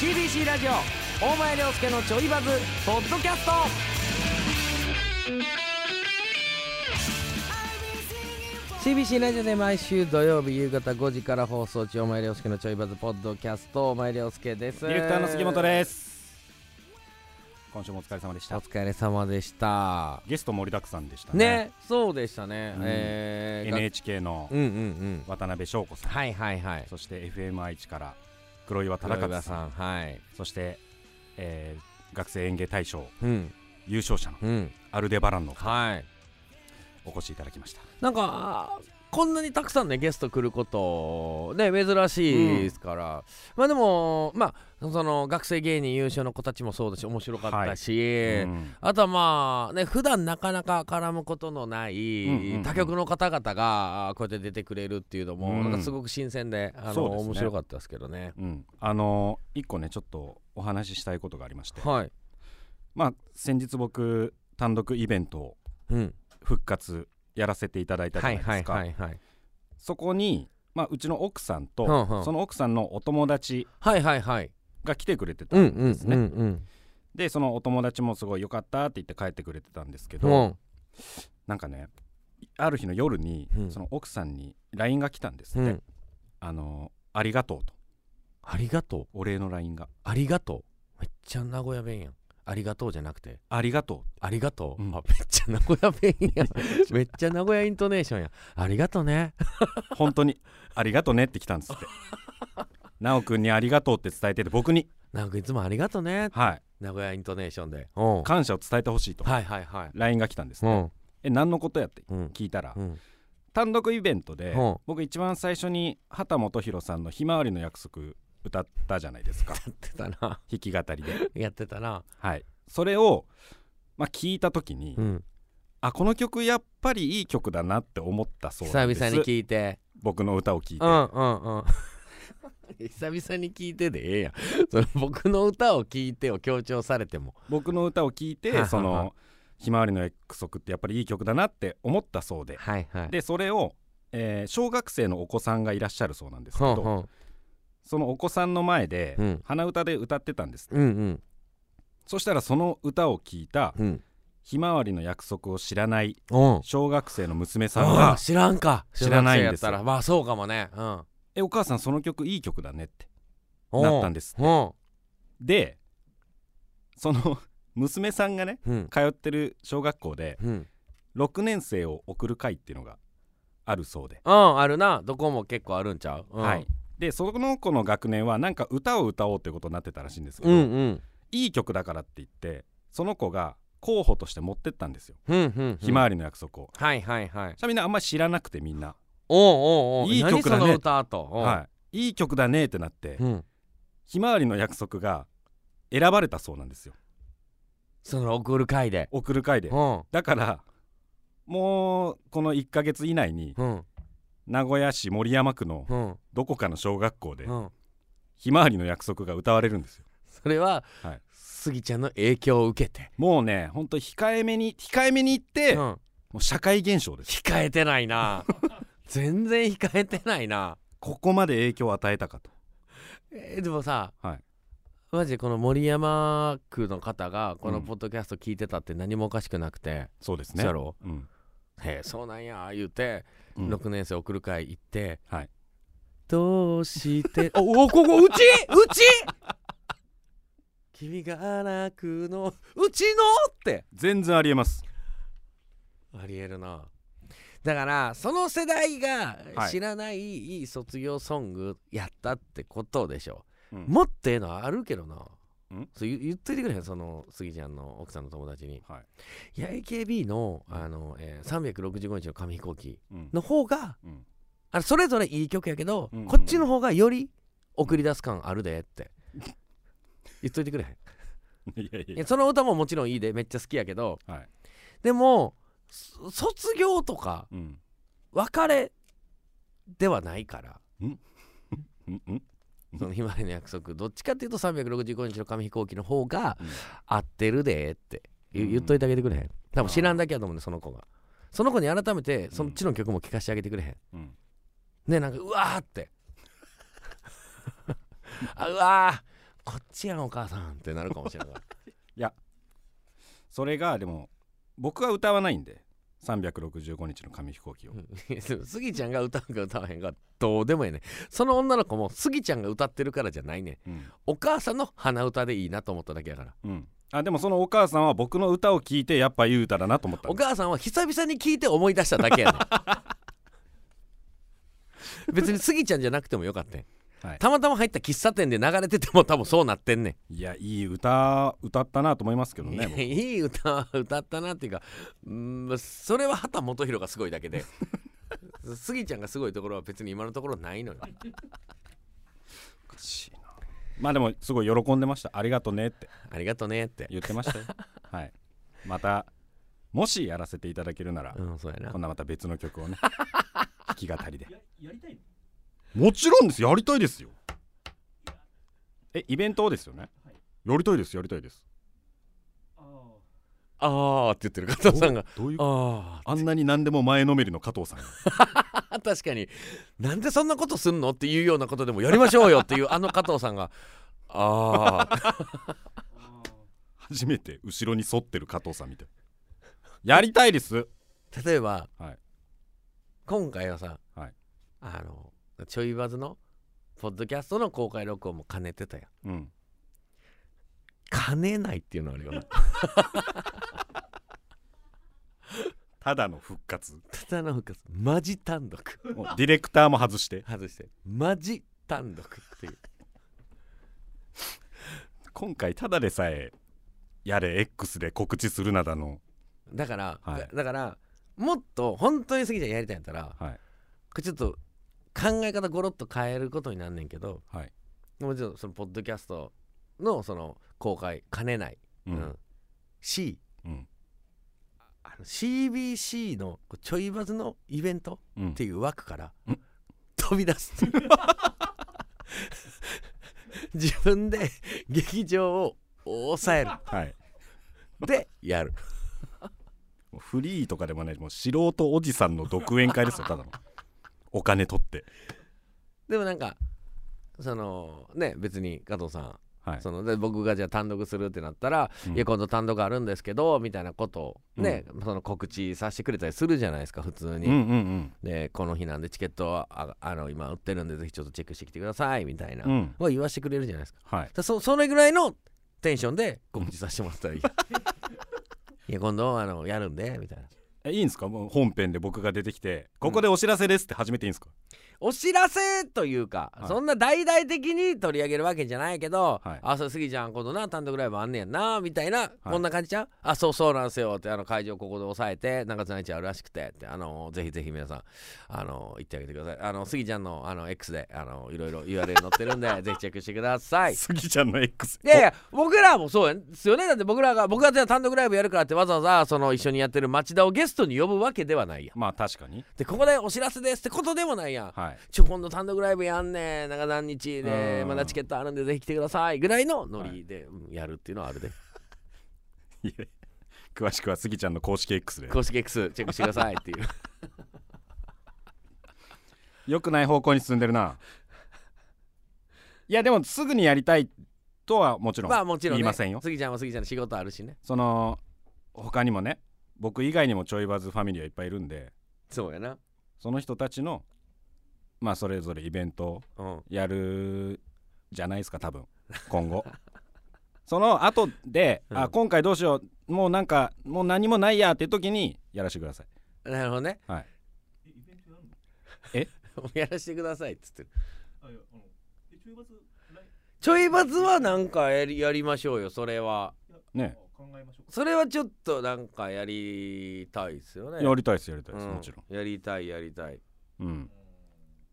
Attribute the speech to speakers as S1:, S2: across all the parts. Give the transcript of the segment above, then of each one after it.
S1: ABC ラジオ大前涼介のちょいバズポッドキャスト
S2: ー CBC ラジオで毎週土曜日夕方5時から放送中お前涼介のちょいバズポッドキャストお前涼介です
S3: ディレクターの杉本です今週もお疲れ様でし
S2: お
S3: た
S2: 疲れ様でした
S3: ゲスト盛りだくさんでした
S2: ね
S3: ね
S2: そうでしたね、
S3: うん
S2: えーが
S3: NHK の
S2: うんうんうん
S3: 渡辺翔子さん、
S2: はいはいはい
S3: そして FM 愛知から黒岩忠
S2: 黒
S3: 勝
S2: 岩
S3: さん
S2: さんはい
S3: そして、えー学生演芸大賞
S2: うん
S3: 優勝者の
S2: うん
S3: アルデバランの
S2: はい
S3: お越しいただきました
S2: なんかあーこんなにたくさんねゲスト来ることね珍しいですから、まあでもまあその学生芸人優勝の子たちもそうだし面白かったし、
S3: うん
S2: あとはまあね普段なかなか絡むことのない、
S3: うんうんうん
S2: 他局の方々があーこうやって出てくれるっていうのも、
S3: うん
S2: なんかすごく新鮮であの
S3: そうですね
S2: 面白かったですけどね。
S3: うんあのー一個ねちょっとお話ししたいことがありまして
S2: はい、
S3: まあ先日僕単独イベントを
S2: うん、
S3: 復活やらせていただいたじゃ
S2: は
S3: ない
S2: い
S3: ですか、
S2: はいはいはい
S3: そこに、まあ、うちの奥さんと、
S2: うんうん
S3: その奥さんのお友達
S2: はいはいはい
S3: が来てくれてた
S2: うんんうん
S3: ですね、
S2: うんうん
S3: でそのお友達もすごい良かったって言って帰ってくれてたんですけ
S2: う
S3: ど、
S2: ん
S3: なんかねある日の夜に、
S2: うん
S3: その奥さんに LINE が来たんです
S2: う
S3: って、
S2: ん
S3: あのありがとうと
S2: ありがとう
S3: お礼の LINE が
S2: ありがとうめっちゃ名古屋弁やんありがとうじゃなくて
S3: ありがと
S2: ありがとう、
S3: うん
S2: あめっちゃ名古屋弁やんめっちゃ名古屋イントネーションやんありがとうね
S3: う本当にありがとうねって来た んですって奈く君にありがとうって伝えてて僕に、
S2: なんかいつもありがとうね
S3: はい、
S2: 名古屋イントネーションでうん
S3: 感謝を伝えてほしいと
S2: はいはいはい。
S3: LINE が来たんです、
S2: う
S3: ね
S2: ん。
S3: え何のことやって
S2: うん。
S3: 聞いたら、
S2: うん。
S3: 単独イベントで、
S2: うん
S3: 僕一番最初に畑基博さんの「ひまわりの約束」歌ったじゃないですか
S2: やってたな。
S3: 弾き語 りで、
S2: やってたな。
S3: はい、それを、まあ、聞いた時に、
S2: うん。
S3: あこの曲やっぱりいい曲だなって思ったそう
S2: 久々
S3: なん
S2: に
S3: です
S2: 聞いて。
S3: 僕の歌を聞いて、
S2: うんうんうん。久々に聞いてでええやん。その僕の歌を聞いてを強調されても。
S3: 僕の歌を聞い
S2: は
S3: て
S2: は
S3: その「ひまわりの約束」ってやっぱりいい曲だなって思ったそうで
S2: はいはい。
S3: でそれを、えー小学生のお子さんがいらっしゃるそうなんですけ
S2: ほ
S3: ど、
S2: んほん。
S3: そのお子さんの前で、
S2: うん。
S3: 鼻歌で歌ってたんです
S2: うんうん
S3: そしたらその歌を聞いた
S2: うん。
S3: ひまわりの約束を知らない
S2: うん。
S3: 小学生の娘さん
S2: あ
S3: が
S2: あ知らんか
S3: 知らないん
S2: 小学生や
S3: で
S2: っ
S3: す
S2: た
S3: よ
S2: らまあそうかもねうん
S3: 「えお母さんその曲いい曲だね」って
S2: う
S3: なったんです
S2: うん
S3: でその 娘さんがね
S2: うん
S3: 通ってる小学校で
S2: うん
S3: 6年生を送る会っていうのがあるそうで、
S2: うんあるなどこも結構あるんちゃううん
S3: はいでその子の学年はなんか歌を歌おうってことになってたらしいんですけ
S2: う
S3: ど、
S2: んうん
S3: いい曲だからって言ってその子が候補として持ってったんですよ
S2: うんうん
S3: 「ひまわりの約束を」
S2: はいはいはい
S3: そしたらみんなあんまり知らなくてみんな、
S2: おうおうおう
S3: いい曲だね
S2: 何その歌と、おう
S3: はい、いい曲だねってなって
S2: うん、
S3: 「ひまわりの約束」が選ばれたそうなんですよ
S2: その送る会で
S3: 送る会で
S2: うん
S3: だからもうこの1ヶ月以内に
S2: うん
S3: 名古屋市守山区の
S2: うん
S3: どこかの小学校で
S2: うん
S3: 「ひまわりの約束」が歌われるんですよ
S2: それは、
S3: はい
S2: スギちゃんの影響を受けて、
S3: もうねほんと控えめに控えめに言って、
S2: う
S3: も
S2: ん、
S3: う社会現象です
S2: 控えてない な全然控えてないな、
S3: ここまで影響を与えたかと
S2: えーでもさ、
S3: はい
S2: マジでこの森山区の方がこの
S3: うん
S2: ポッドキャスト聞いてたって何もおかしくなくて、
S3: そうです
S2: そうやろ
S3: うん、
S2: へえそうなんや言うて、
S3: うん
S2: 6年生送る会行って、
S3: はい
S2: どうして おおここうちうち君が泣くのうちのって
S3: 全然ありえます
S2: ありえるなだからその世代が
S3: はい
S2: 知らないいい卒業ソングやったってことでしょ、
S3: うん
S2: もっとええのあるけどなんそう言言っといてくれへんそのスギちゃんの奥さんの友達に
S3: はい、
S2: いや AKB のあの、えー、365日の紙飛行機
S3: うん
S2: の方が
S3: うん
S2: あそれぞれいい曲やけど、
S3: うんうんうん
S2: こっちの方がより送り出す感あるでっ て言っといてくれへん
S3: いやいや
S2: いやその歌ももちろんいいでめっちゃ好きやけど
S3: はい、
S2: でもそ卒業とか
S3: うん
S2: 別れではないから
S3: うんうん
S2: そのひまわりの約束どっちかっていうと365日の紙飛行機の方が
S3: うん
S2: 合ってるでって言,、
S3: うん
S2: 言っといてあげてくれへん多分知らんだけやと思うねその子がその子に改めてそっちの曲も聴かせてあげてくれへん
S3: うん
S2: ねなんかうわーってあうわーこっちちやんお母さんってなるかもしれない
S3: それがでも僕は歌わないんで365日の紙飛行機を、
S2: スギちゃんが歌うか歌わへんかどうでもええねんその女の子もスギちゃんが歌ってるからじゃないねん
S3: うん
S2: お母さんの鼻歌でいいなと思っただけやから
S3: うんあでもそのお母さんは僕の歌を聴いてやっぱいい歌だなと思った
S2: お
S3: んです
S2: 母さんは久々に聞いて思い出しただけやね ん別にスギちゃんじゃなくてもよかったん、
S3: はい
S2: たまたま入った喫茶店で流れてても多分そうなってんねん
S3: いやいい歌歌ったなと思いますけどね僕
S2: い い歌は歌ったなっていうかうんそれは畑基博がすごいだ けでスギちゃんがすごいところは別に今のところないのよ
S3: おかしいなまあでもすごい喜んでましたありがとねって
S2: ありがとねって
S3: 言ってましたよ はいまたもしやらせていただけるなら、
S2: うんそうやな
S3: こんなまた別の 曲をね弾き語りでやりたいもちろんですやりたいですよえイベントをですよね、やりたいですやりたいです
S2: あーって言ってる加藤さんが
S3: どういう
S2: あ
S3: あんなに何でも前のめりの加藤さんが
S2: あ 確かになんでそんなことすんのっていうようなことでもやりましょうよっていうあの加藤さんがああ
S3: 初めて後ろに反ってる加藤さんみたいやりたいです
S2: 例えば、
S3: はい
S2: 今回はさ、
S3: はい
S2: あのちょいバズのポッドキャストの公開録音も兼ねてたよ
S3: うん
S2: 兼ねないっていうのはある よな
S3: ただの復活
S2: ただの復活マジ単独
S3: もうディレクターも外して
S2: 外してマジ単独っていう
S3: 今回ただでさえやれ X で告知するなだの
S2: だから、
S3: はい
S2: だだからもっと本当に杉ちゃんやりたいんやったら
S3: はい
S2: これちょっと考え方ゴロッと変えることになんねんけど
S3: はい、
S2: もちろんそのポッドキャストのその公開兼ねない、
S3: う
S2: うん
S3: ん
S2: C
S3: うん
S2: あの CBC のちょいバズのイベント
S3: うん
S2: っていう枠から
S3: うん
S2: 飛び出す 自分で劇場を抑える
S3: はい、
S2: でやる
S3: もうフリーとかでもないもう素人おじさんの独演会ですよただのお金取って、
S2: でもなんかそのね別に加藤さん
S3: はい
S2: そので僕がじゃあ単独するってなったら、
S3: うん
S2: いや今度単独あるんですけどみたいなことをね、その告知させてくれたりするじゃないですか普通に、
S3: うんうん
S2: でこの日なんでチケットはああの今売ってるんでぜひちょっとチェックしてきてくださいみたいな、
S3: うんうん
S2: は言わせてくれるじゃないですか
S3: はい
S2: だからそそれぐらいのテンションで告知させてもらったらいい いや今度あのやるんでみたいな
S3: えいいんですかもう本編で僕が出てきてここでお知らせですって始めていいんですか、
S2: お知らせというか、
S3: はい
S2: そんな大々的に取り上げるわけじゃないけど、
S3: はい
S2: あそうすぎちゃん今度な単独ライブあんねやなみたいな、こんな感じじゃんあそうそうなんすよってあの会場ここで押さえてなんかつないちゃうらしくてってあのぜひぜひ皆さんあの行ってあげてくださいあのスギちゃんのあの X であのいろいろ URL 載ってるんでぜひチェックしてください
S3: スギちゃんの X
S2: いやいや僕らもそうやんですよねだって僕らが僕がじゃあ単独ライブやるからってわざわざその一緒にやってる町田をゲストに呼ぶわけではないやん
S3: まあ確かに
S2: でここでお知らせですってことでもないやん
S3: はい
S2: ちょ今度単独ライブやんねんなんか何日で
S3: うん
S2: まだチケットあるんでぜひ来てくださいぐらいのノリでうんやるっていうのはあるで、
S3: いや詳しくはスギちゃんの公式 X で
S2: 公式 X チェックしてくださいって いう
S3: 良くない方向に進んでるないやでもすぐにやりたいとはもちろん
S2: まあもちろん、ね、
S3: 言いませんよ
S2: 杉ちゃんは杉ちゃんの仕事あるしね
S3: その他にもね僕以外にもちょいバズファミリーはいっぱいいるんで
S2: そうやな
S3: その人たちのまあそれぞれイベントを
S2: うん
S3: やるじゃないですか多分今 後その後で、
S2: うん
S3: あ今回どうしようもうなんかもう何もないやっていう時にやらせてください
S2: なるほどね
S3: はい
S2: もうやらせてくださいっつってるちょい罰はなんかやりやりましょうよそれは
S3: ね
S2: それはちょっとなんかやりたいですよね
S3: やりたいですやりたいです、
S2: うん
S3: もちろ
S2: やりたいやりたい
S3: ん、うん、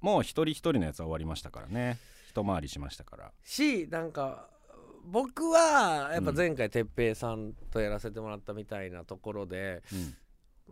S3: もう一人一人のやつは終わりましたからね一回りしましたから
S2: しなんか僕はやっぱ前回哲平さんとやらせてもらったみたいなところで、
S3: うん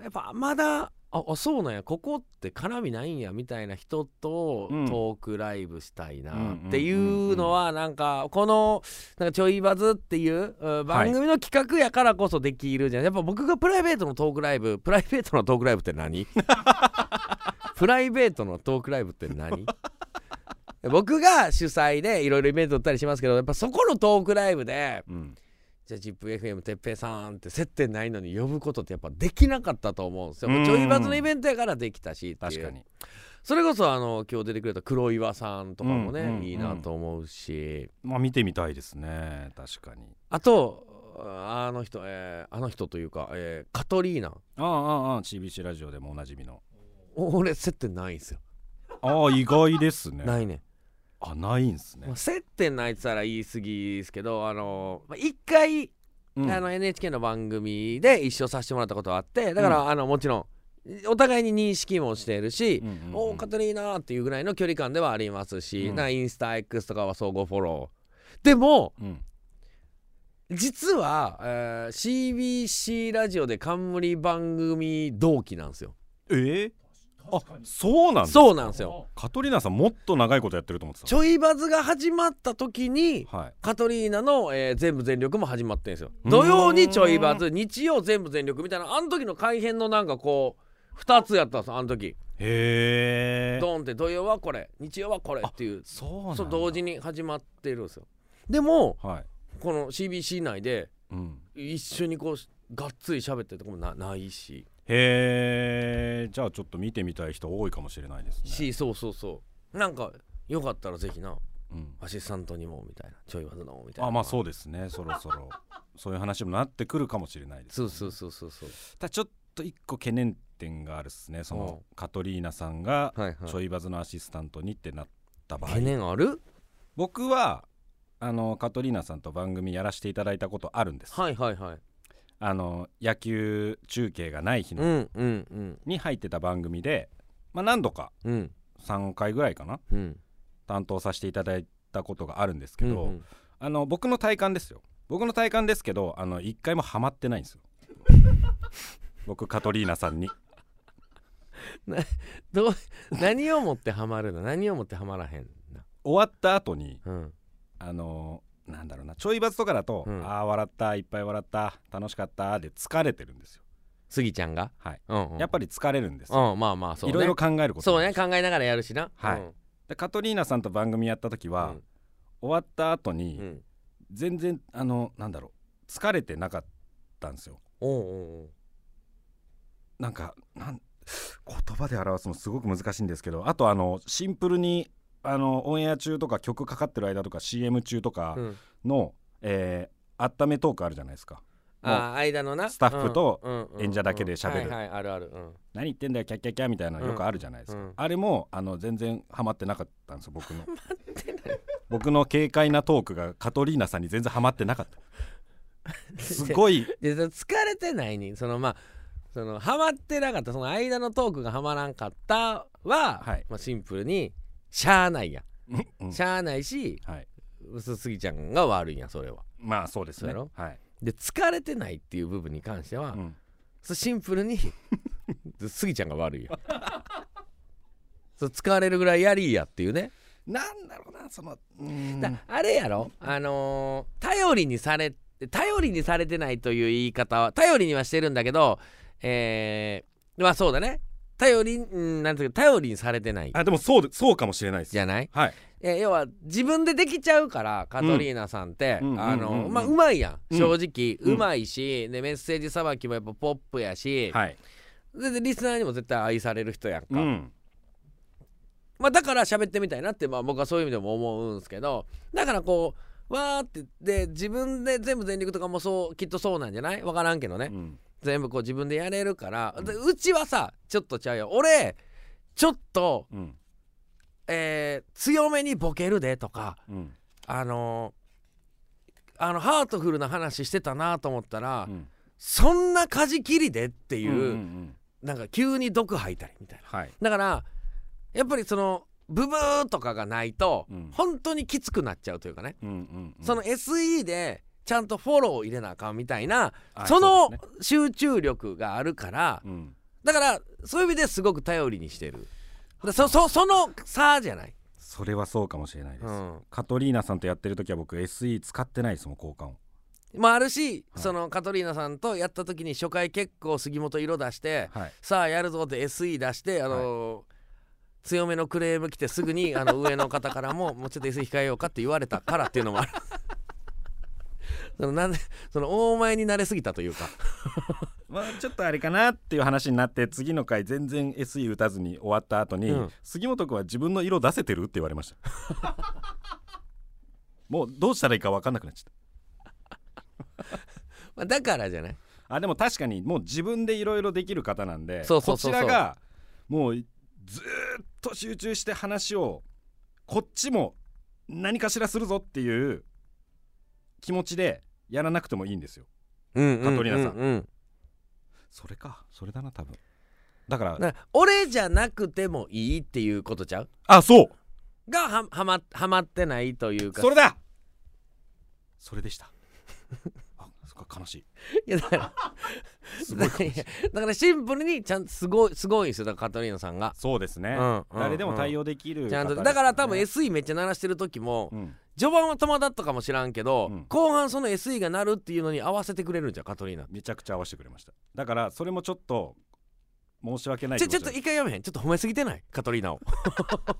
S2: やっぱまだああそうなんやここって絡みないんやみたいな人とト
S3: うん
S2: ークライブしたいな
S3: うんうん
S2: っていうのはなんかこの「なんかちょいバズ」っていううん番組の企画やからこそできるじゃん、やっぱ僕がプライベートのトークライブプ ライベートのトークラ イブって何プライベートのトークライブって何僕が主催でいろいろイベントをったりしますけどやっぱそこのトークライブで
S3: うん、
S2: 「じゃあ ZIPFM 哲平さん」って接点ないのに呼ぶことってやっぱできなかったと思うんですよ。
S3: う
S2: も
S3: ん
S2: うちょいバズのイベントやからできたしっていう
S3: 確かに
S2: それこそあの今日出てくれた黒岩さんとかもね、
S3: うんうんうん
S2: いいなと思うし
S3: まあ見てみたいですね確かに
S2: あとあの人、えーあの人というか、えーカトリーナ
S3: ああああああ CBC ラジオでもおなじみの
S2: お俺接点ないんですよ。
S3: ああ意外ですね
S2: ないね。
S3: あないんすね
S2: まあ、接点ないって言ったら言い過ぎですけどあのまあ一回、
S3: うん
S2: あの NHK の番組で一緒させてもらったことはあってだから、あのもちろんお互いに認識もしているし
S3: うんうん
S2: 「
S3: うん
S2: おおカトリーナ」っていうぐらいの距離感ではありますし、
S3: う
S2: な
S3: ん
S2: んかインスタ X とかは相互フォロー。でも
S3: うん
S2: 実は、えー CBC ラジオで冠番組同期なんですよ。
S3: えー、あそうなんです
S2: そうなんですよ。
S3: カトリーナさんもっと長いことやってると思って
S2: ちょいバズが始まった時に
S3: たはい
S2: カトリーナの、えー全部全力も始まってんですよ
S3: うーん
S2: 土曜にちょいバズ日曜全部全力みたいなあの時の改編のなんかこう2つやったんですよあの時
S3: へえ
S2: ドンって土曜はこれ日曜はこれっていう
S3: そうなん
S2: そ
S3: だ
S2: う同時に始まってるんですよでも
S3: はい、
S2: この CBC 内で
S3: うん、
S2: 一緒にこうがっつり喋ってるとこもなないし
S3: へえじゃあちょっと見てみたい人多いかもしれないですね
S2: しそうそうそうなんかよかったらぜひな
S3: うん、
S2: アシスタントにもみたいなちょいバズのもみたいな
S3: あまあそうですねそろそろそういう話もなってくるかもしれないです
S2: そうそうそうそうそう
S3: ただちょっと一個懸念点があるっすねその
S2: う
S3: カトリーナさんが
S2: はいは
S3: ちょいバズのアシスタントにってなった場合
S2: 懸念ある
S3: 僕はあのカトリーナさんと番組やらせていただいたことあるんです、
S2: はいはいはい
S3: あの野球中継がない日
S2: う
S3: の
S2: んうんうん
S3: に入ってた番組で、まあ、何度か
S2: うん
S3: 3回ぐらいかな
S2: うん
S3: 担当させていただいたことがあるんですけ
S2: け
S3: ど、
S2: ど、
S3: あの僕の体感ですよ僕の体感ですけどあの一回もハマってな いんですよ僕カトリーナさんに
S2: どう何をもってハマるの何をもってハマらへんな、
S3: 終わった後に
S2: うん、
S3: あのなんだろうなちょい罰とかだと、
S2: うん
S3: ああ笑ったいっぱい笑った楽しかったで疲れてるんですよ
S2: スギちゃんが、
S3: はい
S2: うんうん、
S3: やっぱり疲れるんですよ、
S2: うんまあまあそう
S3: い
S2: ね
S3: ろいろ考えること
S2: そう
S3: もあ
S2: ね
S3: るし
S2: 考えながらやるしな
S3: はいでカトリーナさんと番組やった時は、終わった後
S2: うん
S3: に、
S2: うん、
S3: 全然あのなんだろう疲れてなかったんですよ
S2: おうおうおう
S3: なんかなん言葉で表すのすごく難しいんですけどあとあのシンプルにあのオンエア中とか曲かかってる間とか CM 中とか
S2: うん、
S3: の、えー温めトークあるじゃないですか
S2: あー間のな
S3: スタッフと
S2: うんうんうん
S3: 演者だけで喋る
S2: はいはいあるある、うん、
S3: 何言ってんだよキャッキャッキャみたいなのよくあるじゃないですか、
S2: うんうん
S3: あれもあの全然ハマってなかったんですよ僕の僕の軽快なトークがカトリーナさんに全然ハマってな かったすごい
S2: でそ疲れてないにそのまあそのハマってなかったその間のトークがハマらんかったは、
S3: はい
S2: まあ、シンプルにしゃあないや、
S3: うんうん
S2: しゃあないし
S3: はい
S2: すすぎちゃんが悪いんやそれは
S3: まあそうです
S2: そう
S3: ね
S2: やろ
S3: はい、
S2: で疲れてないっていう部分に関しては、
S3: うん
S2: そうシンプ ルにスギちゃんが悪いよそう疲れるぐらいやりいやっていうね、
S3: なんだろうなそのうーん
S2: だあれやろあのー頼りにされ頼りにされてないという言い方は頼りにはしてるんだけどえー、まあそうだね頼りうんなんていうか頼りにされてない
S3: あでもそうでそうかもしれないです
S2: じゃない
S3: はい
S2: え要は自分でできちゃうからカトリーナさんって、
S3: うん
S2: あの、
S3: うんうんうん
S2: まあうまいやん
S3: うん
S2: 正直、
S3: う
S2: うんまいしでメッセージさばきもやっぱポップやし、
S3: はい
S2: ででリスナーにも絶対愛される人やんか、
S3: うん
S2: まあ、だから喋ってみたいなって、まあ、僕はそういう意味でも思うんですけどだからこうわーってで自分で全部全力とかもそうきっとそうなんじゃない分からんけどね、
S3: うん
S2: 全部こう自分でやれるからでうちはさちょっとちゃうよ俺ちょっと、
S3: うん
S2: えー強めにボケるでとか
S3: うん
S2: あのーあのハートフルな話してたなと思ったら、
S3: うん
S2: そんな舵切りでっていう、
S3: うんうんうん
S2: なんか急に毒吐いたりみたいな。
S3: はい
S2: だからやっぱりそのブブーとかがないと、
S3: うん
S2: 本当にきつくなっちゃうというかね、
S3: うんうんうん
S2: その SE でちゃんとフォローを入れなあかんみたいな
S3: あ
S2: そうの
S3: ですね
S2: 集中力があるから、
S3: うん
S2: だからそういう意味ですごく頼りにしてるだそそその差じゃない、
S3: それはそうかもしれないです
S2: うん、
S3: カトリーナさんとやってる時は僕 SE 使ってないですもん交換を
S2: まああるし、
S3: はい
S2: そのカトリーナさんとやった時に初回結構杉本色出して、
S3: はい
S2: さあやるぞって SE 出してあのー強めのクレーム来てすぐにあの上の方からももうちょっと椅子控えようかって言われたからっていうのもあるそのなんでその大前に慣れすぎたというか
S3: まあ、ちょっとあれかなっていう話になって次の回全然 SE 打たずに終わった後に、
S2: うん
S3: 杉本君は自分の色出せてるって言われました もうどうしたらいいか分かんなくなっちゃっ
S2: まあだからじゃない
S3: たあでも確かにもう自分でいろいろできる方なんで
S2: そうそうそうそう
S3: こちらがもうずーっと集中して話をこっちも何かしらするぞっていう気持ちでやらなくてもいいんですよ
S2: うん
S3: カトリーナさん
S2: うん
S3: それかそれだな多分だから
S2: な俺じゃなくてもいいっていうことちゃう
S3: あそう
S2: がははまはまってないというか
S3: それだそれでしたあそっか悲し
S2: い
S3: い
S2: やだから
S3: すごい悲しい
S2: いやだからシンプルにちゃんすごいすごいんですよだからカトリーナさんが、
S3: そうですね、
S2: うんうん
S3: 誰でも対応できる
S2: ちゃんと
S3: 方ですね
S2: だから多分 SE めっちゃ鳴らしてる時も、
S3: うん
S2: 序盤は戸惑ったかもしらんけど、
S3: うん
S2: 後半その SE が鳴るっていうのに合わせてくれるんじゃんカトリーナ
S3: めちゃくちゃ合わせてくれましただからそれもちょっと申し訳ない
S2: ちょちょっ
S3: 気持
S2: と
S3: に
S2: 一回やめへんちょっと褒めすぎてないカトリーナを ち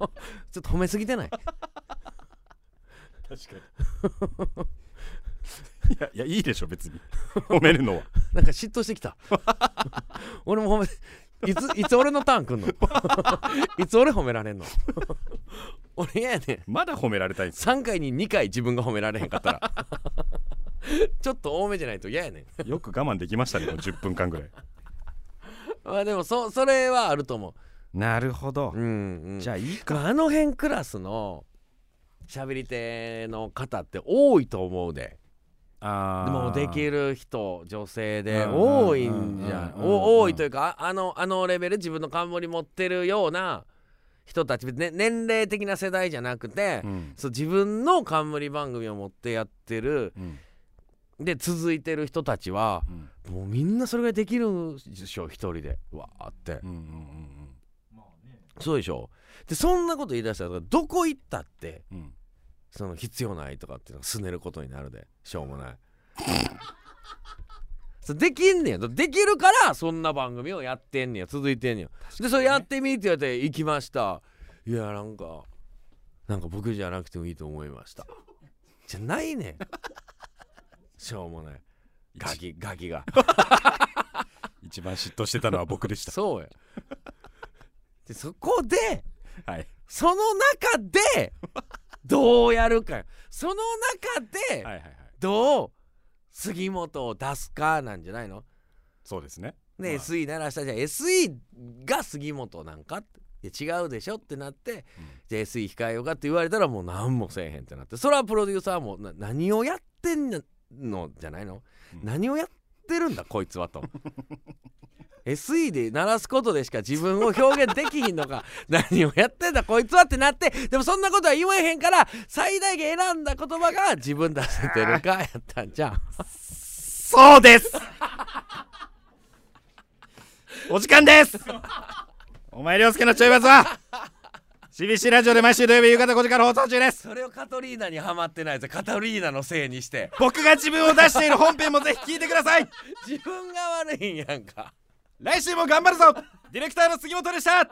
S2: ょっと褒めすぎてない
S3: いやいやいいでしょ別に褒めるのは
S2: なんか嫉妬してきた 俺も褒めいついつ俺のターン来んの いつ俺褒められんの 俺嫌やねん
S3: まだ褒められたいんです
S2: 3回に2回自分が褒められへんかったらちょっと多めじゃないと嫌やねん
S3: よく我慢できましたねこの10分間ぐらい
S2: まあでもそそれはあると思
S3: なるほど
S2: う、うんうん、
S3: じゃあいいか
S2: まああの辺クラスの喋り手の方って多いと思うで
S3: あ
S2: で
S3: ー
S2: もできる人女性で
S3: うんうん
S2: 多いんじゃ
S3: うんうんうん
S2: お多いというかああのあのレベル自分の冠持ってるような人たち、別にね、年齢的な世代じゃなくて、
S3: うん
S2: そう自分の冠番組を持ってやってる
S3: うん
S2: で続いてる人たちは
S3: うん
S2: もうみんなそれができるんでしょ一人でわーって、
S3: うんうんうん
S2: そうでしょでそんなこと言い出したらどこ行ったって
S3: うんうん
S2: その必要ないとかっていうのがすねることになるでしょうもない そうできんねやできるからそんな番組をやってんねや続いてんねやでそれやってみって言われて行きましたいやなんかなんか僕じゃなくてもいいと思いましたじゃないねんしょうもないガキガキが
S3: 一番嫉妬してたのは僕でした
S2: そうやでそこで
S3: はい
S2: その中でどうやるかよその中で
S3: はいはいはい
S2: どう杉本を出すかなんじゃないの
S3: そうですね
S2: ね、
S3: まあ
S2: SE 鳴らしたじゃあ SE が杉本なんかっていや違うでしょってなって、じゃあ SE 控えようかって言われたらもう何もせえへんってなってそれはプロデューサーもな何をやってんのじゃないの、
S3: うん
S2: 何をやってるんだこいつはと SE で鳴らすことでしか自分を表現できひんのか 何をやってんだこいつはってなってでもそんなことは言わへんから最大限選んだ言葉が自分出せてるかやったんじゃん
S3: そうですお時間ですお前涼介のちょいバズは CBC ラジオで毎週土曜日夕方5時から放送中です
S2: それをカトリーナにはまってないぜカトリーナのせいにして
S3: 僕が自分を出している本編もぜひ聞いてください
S2: 自分が悪いんやんか。
S3: 来週も頑張るぞディレクターの杉本でした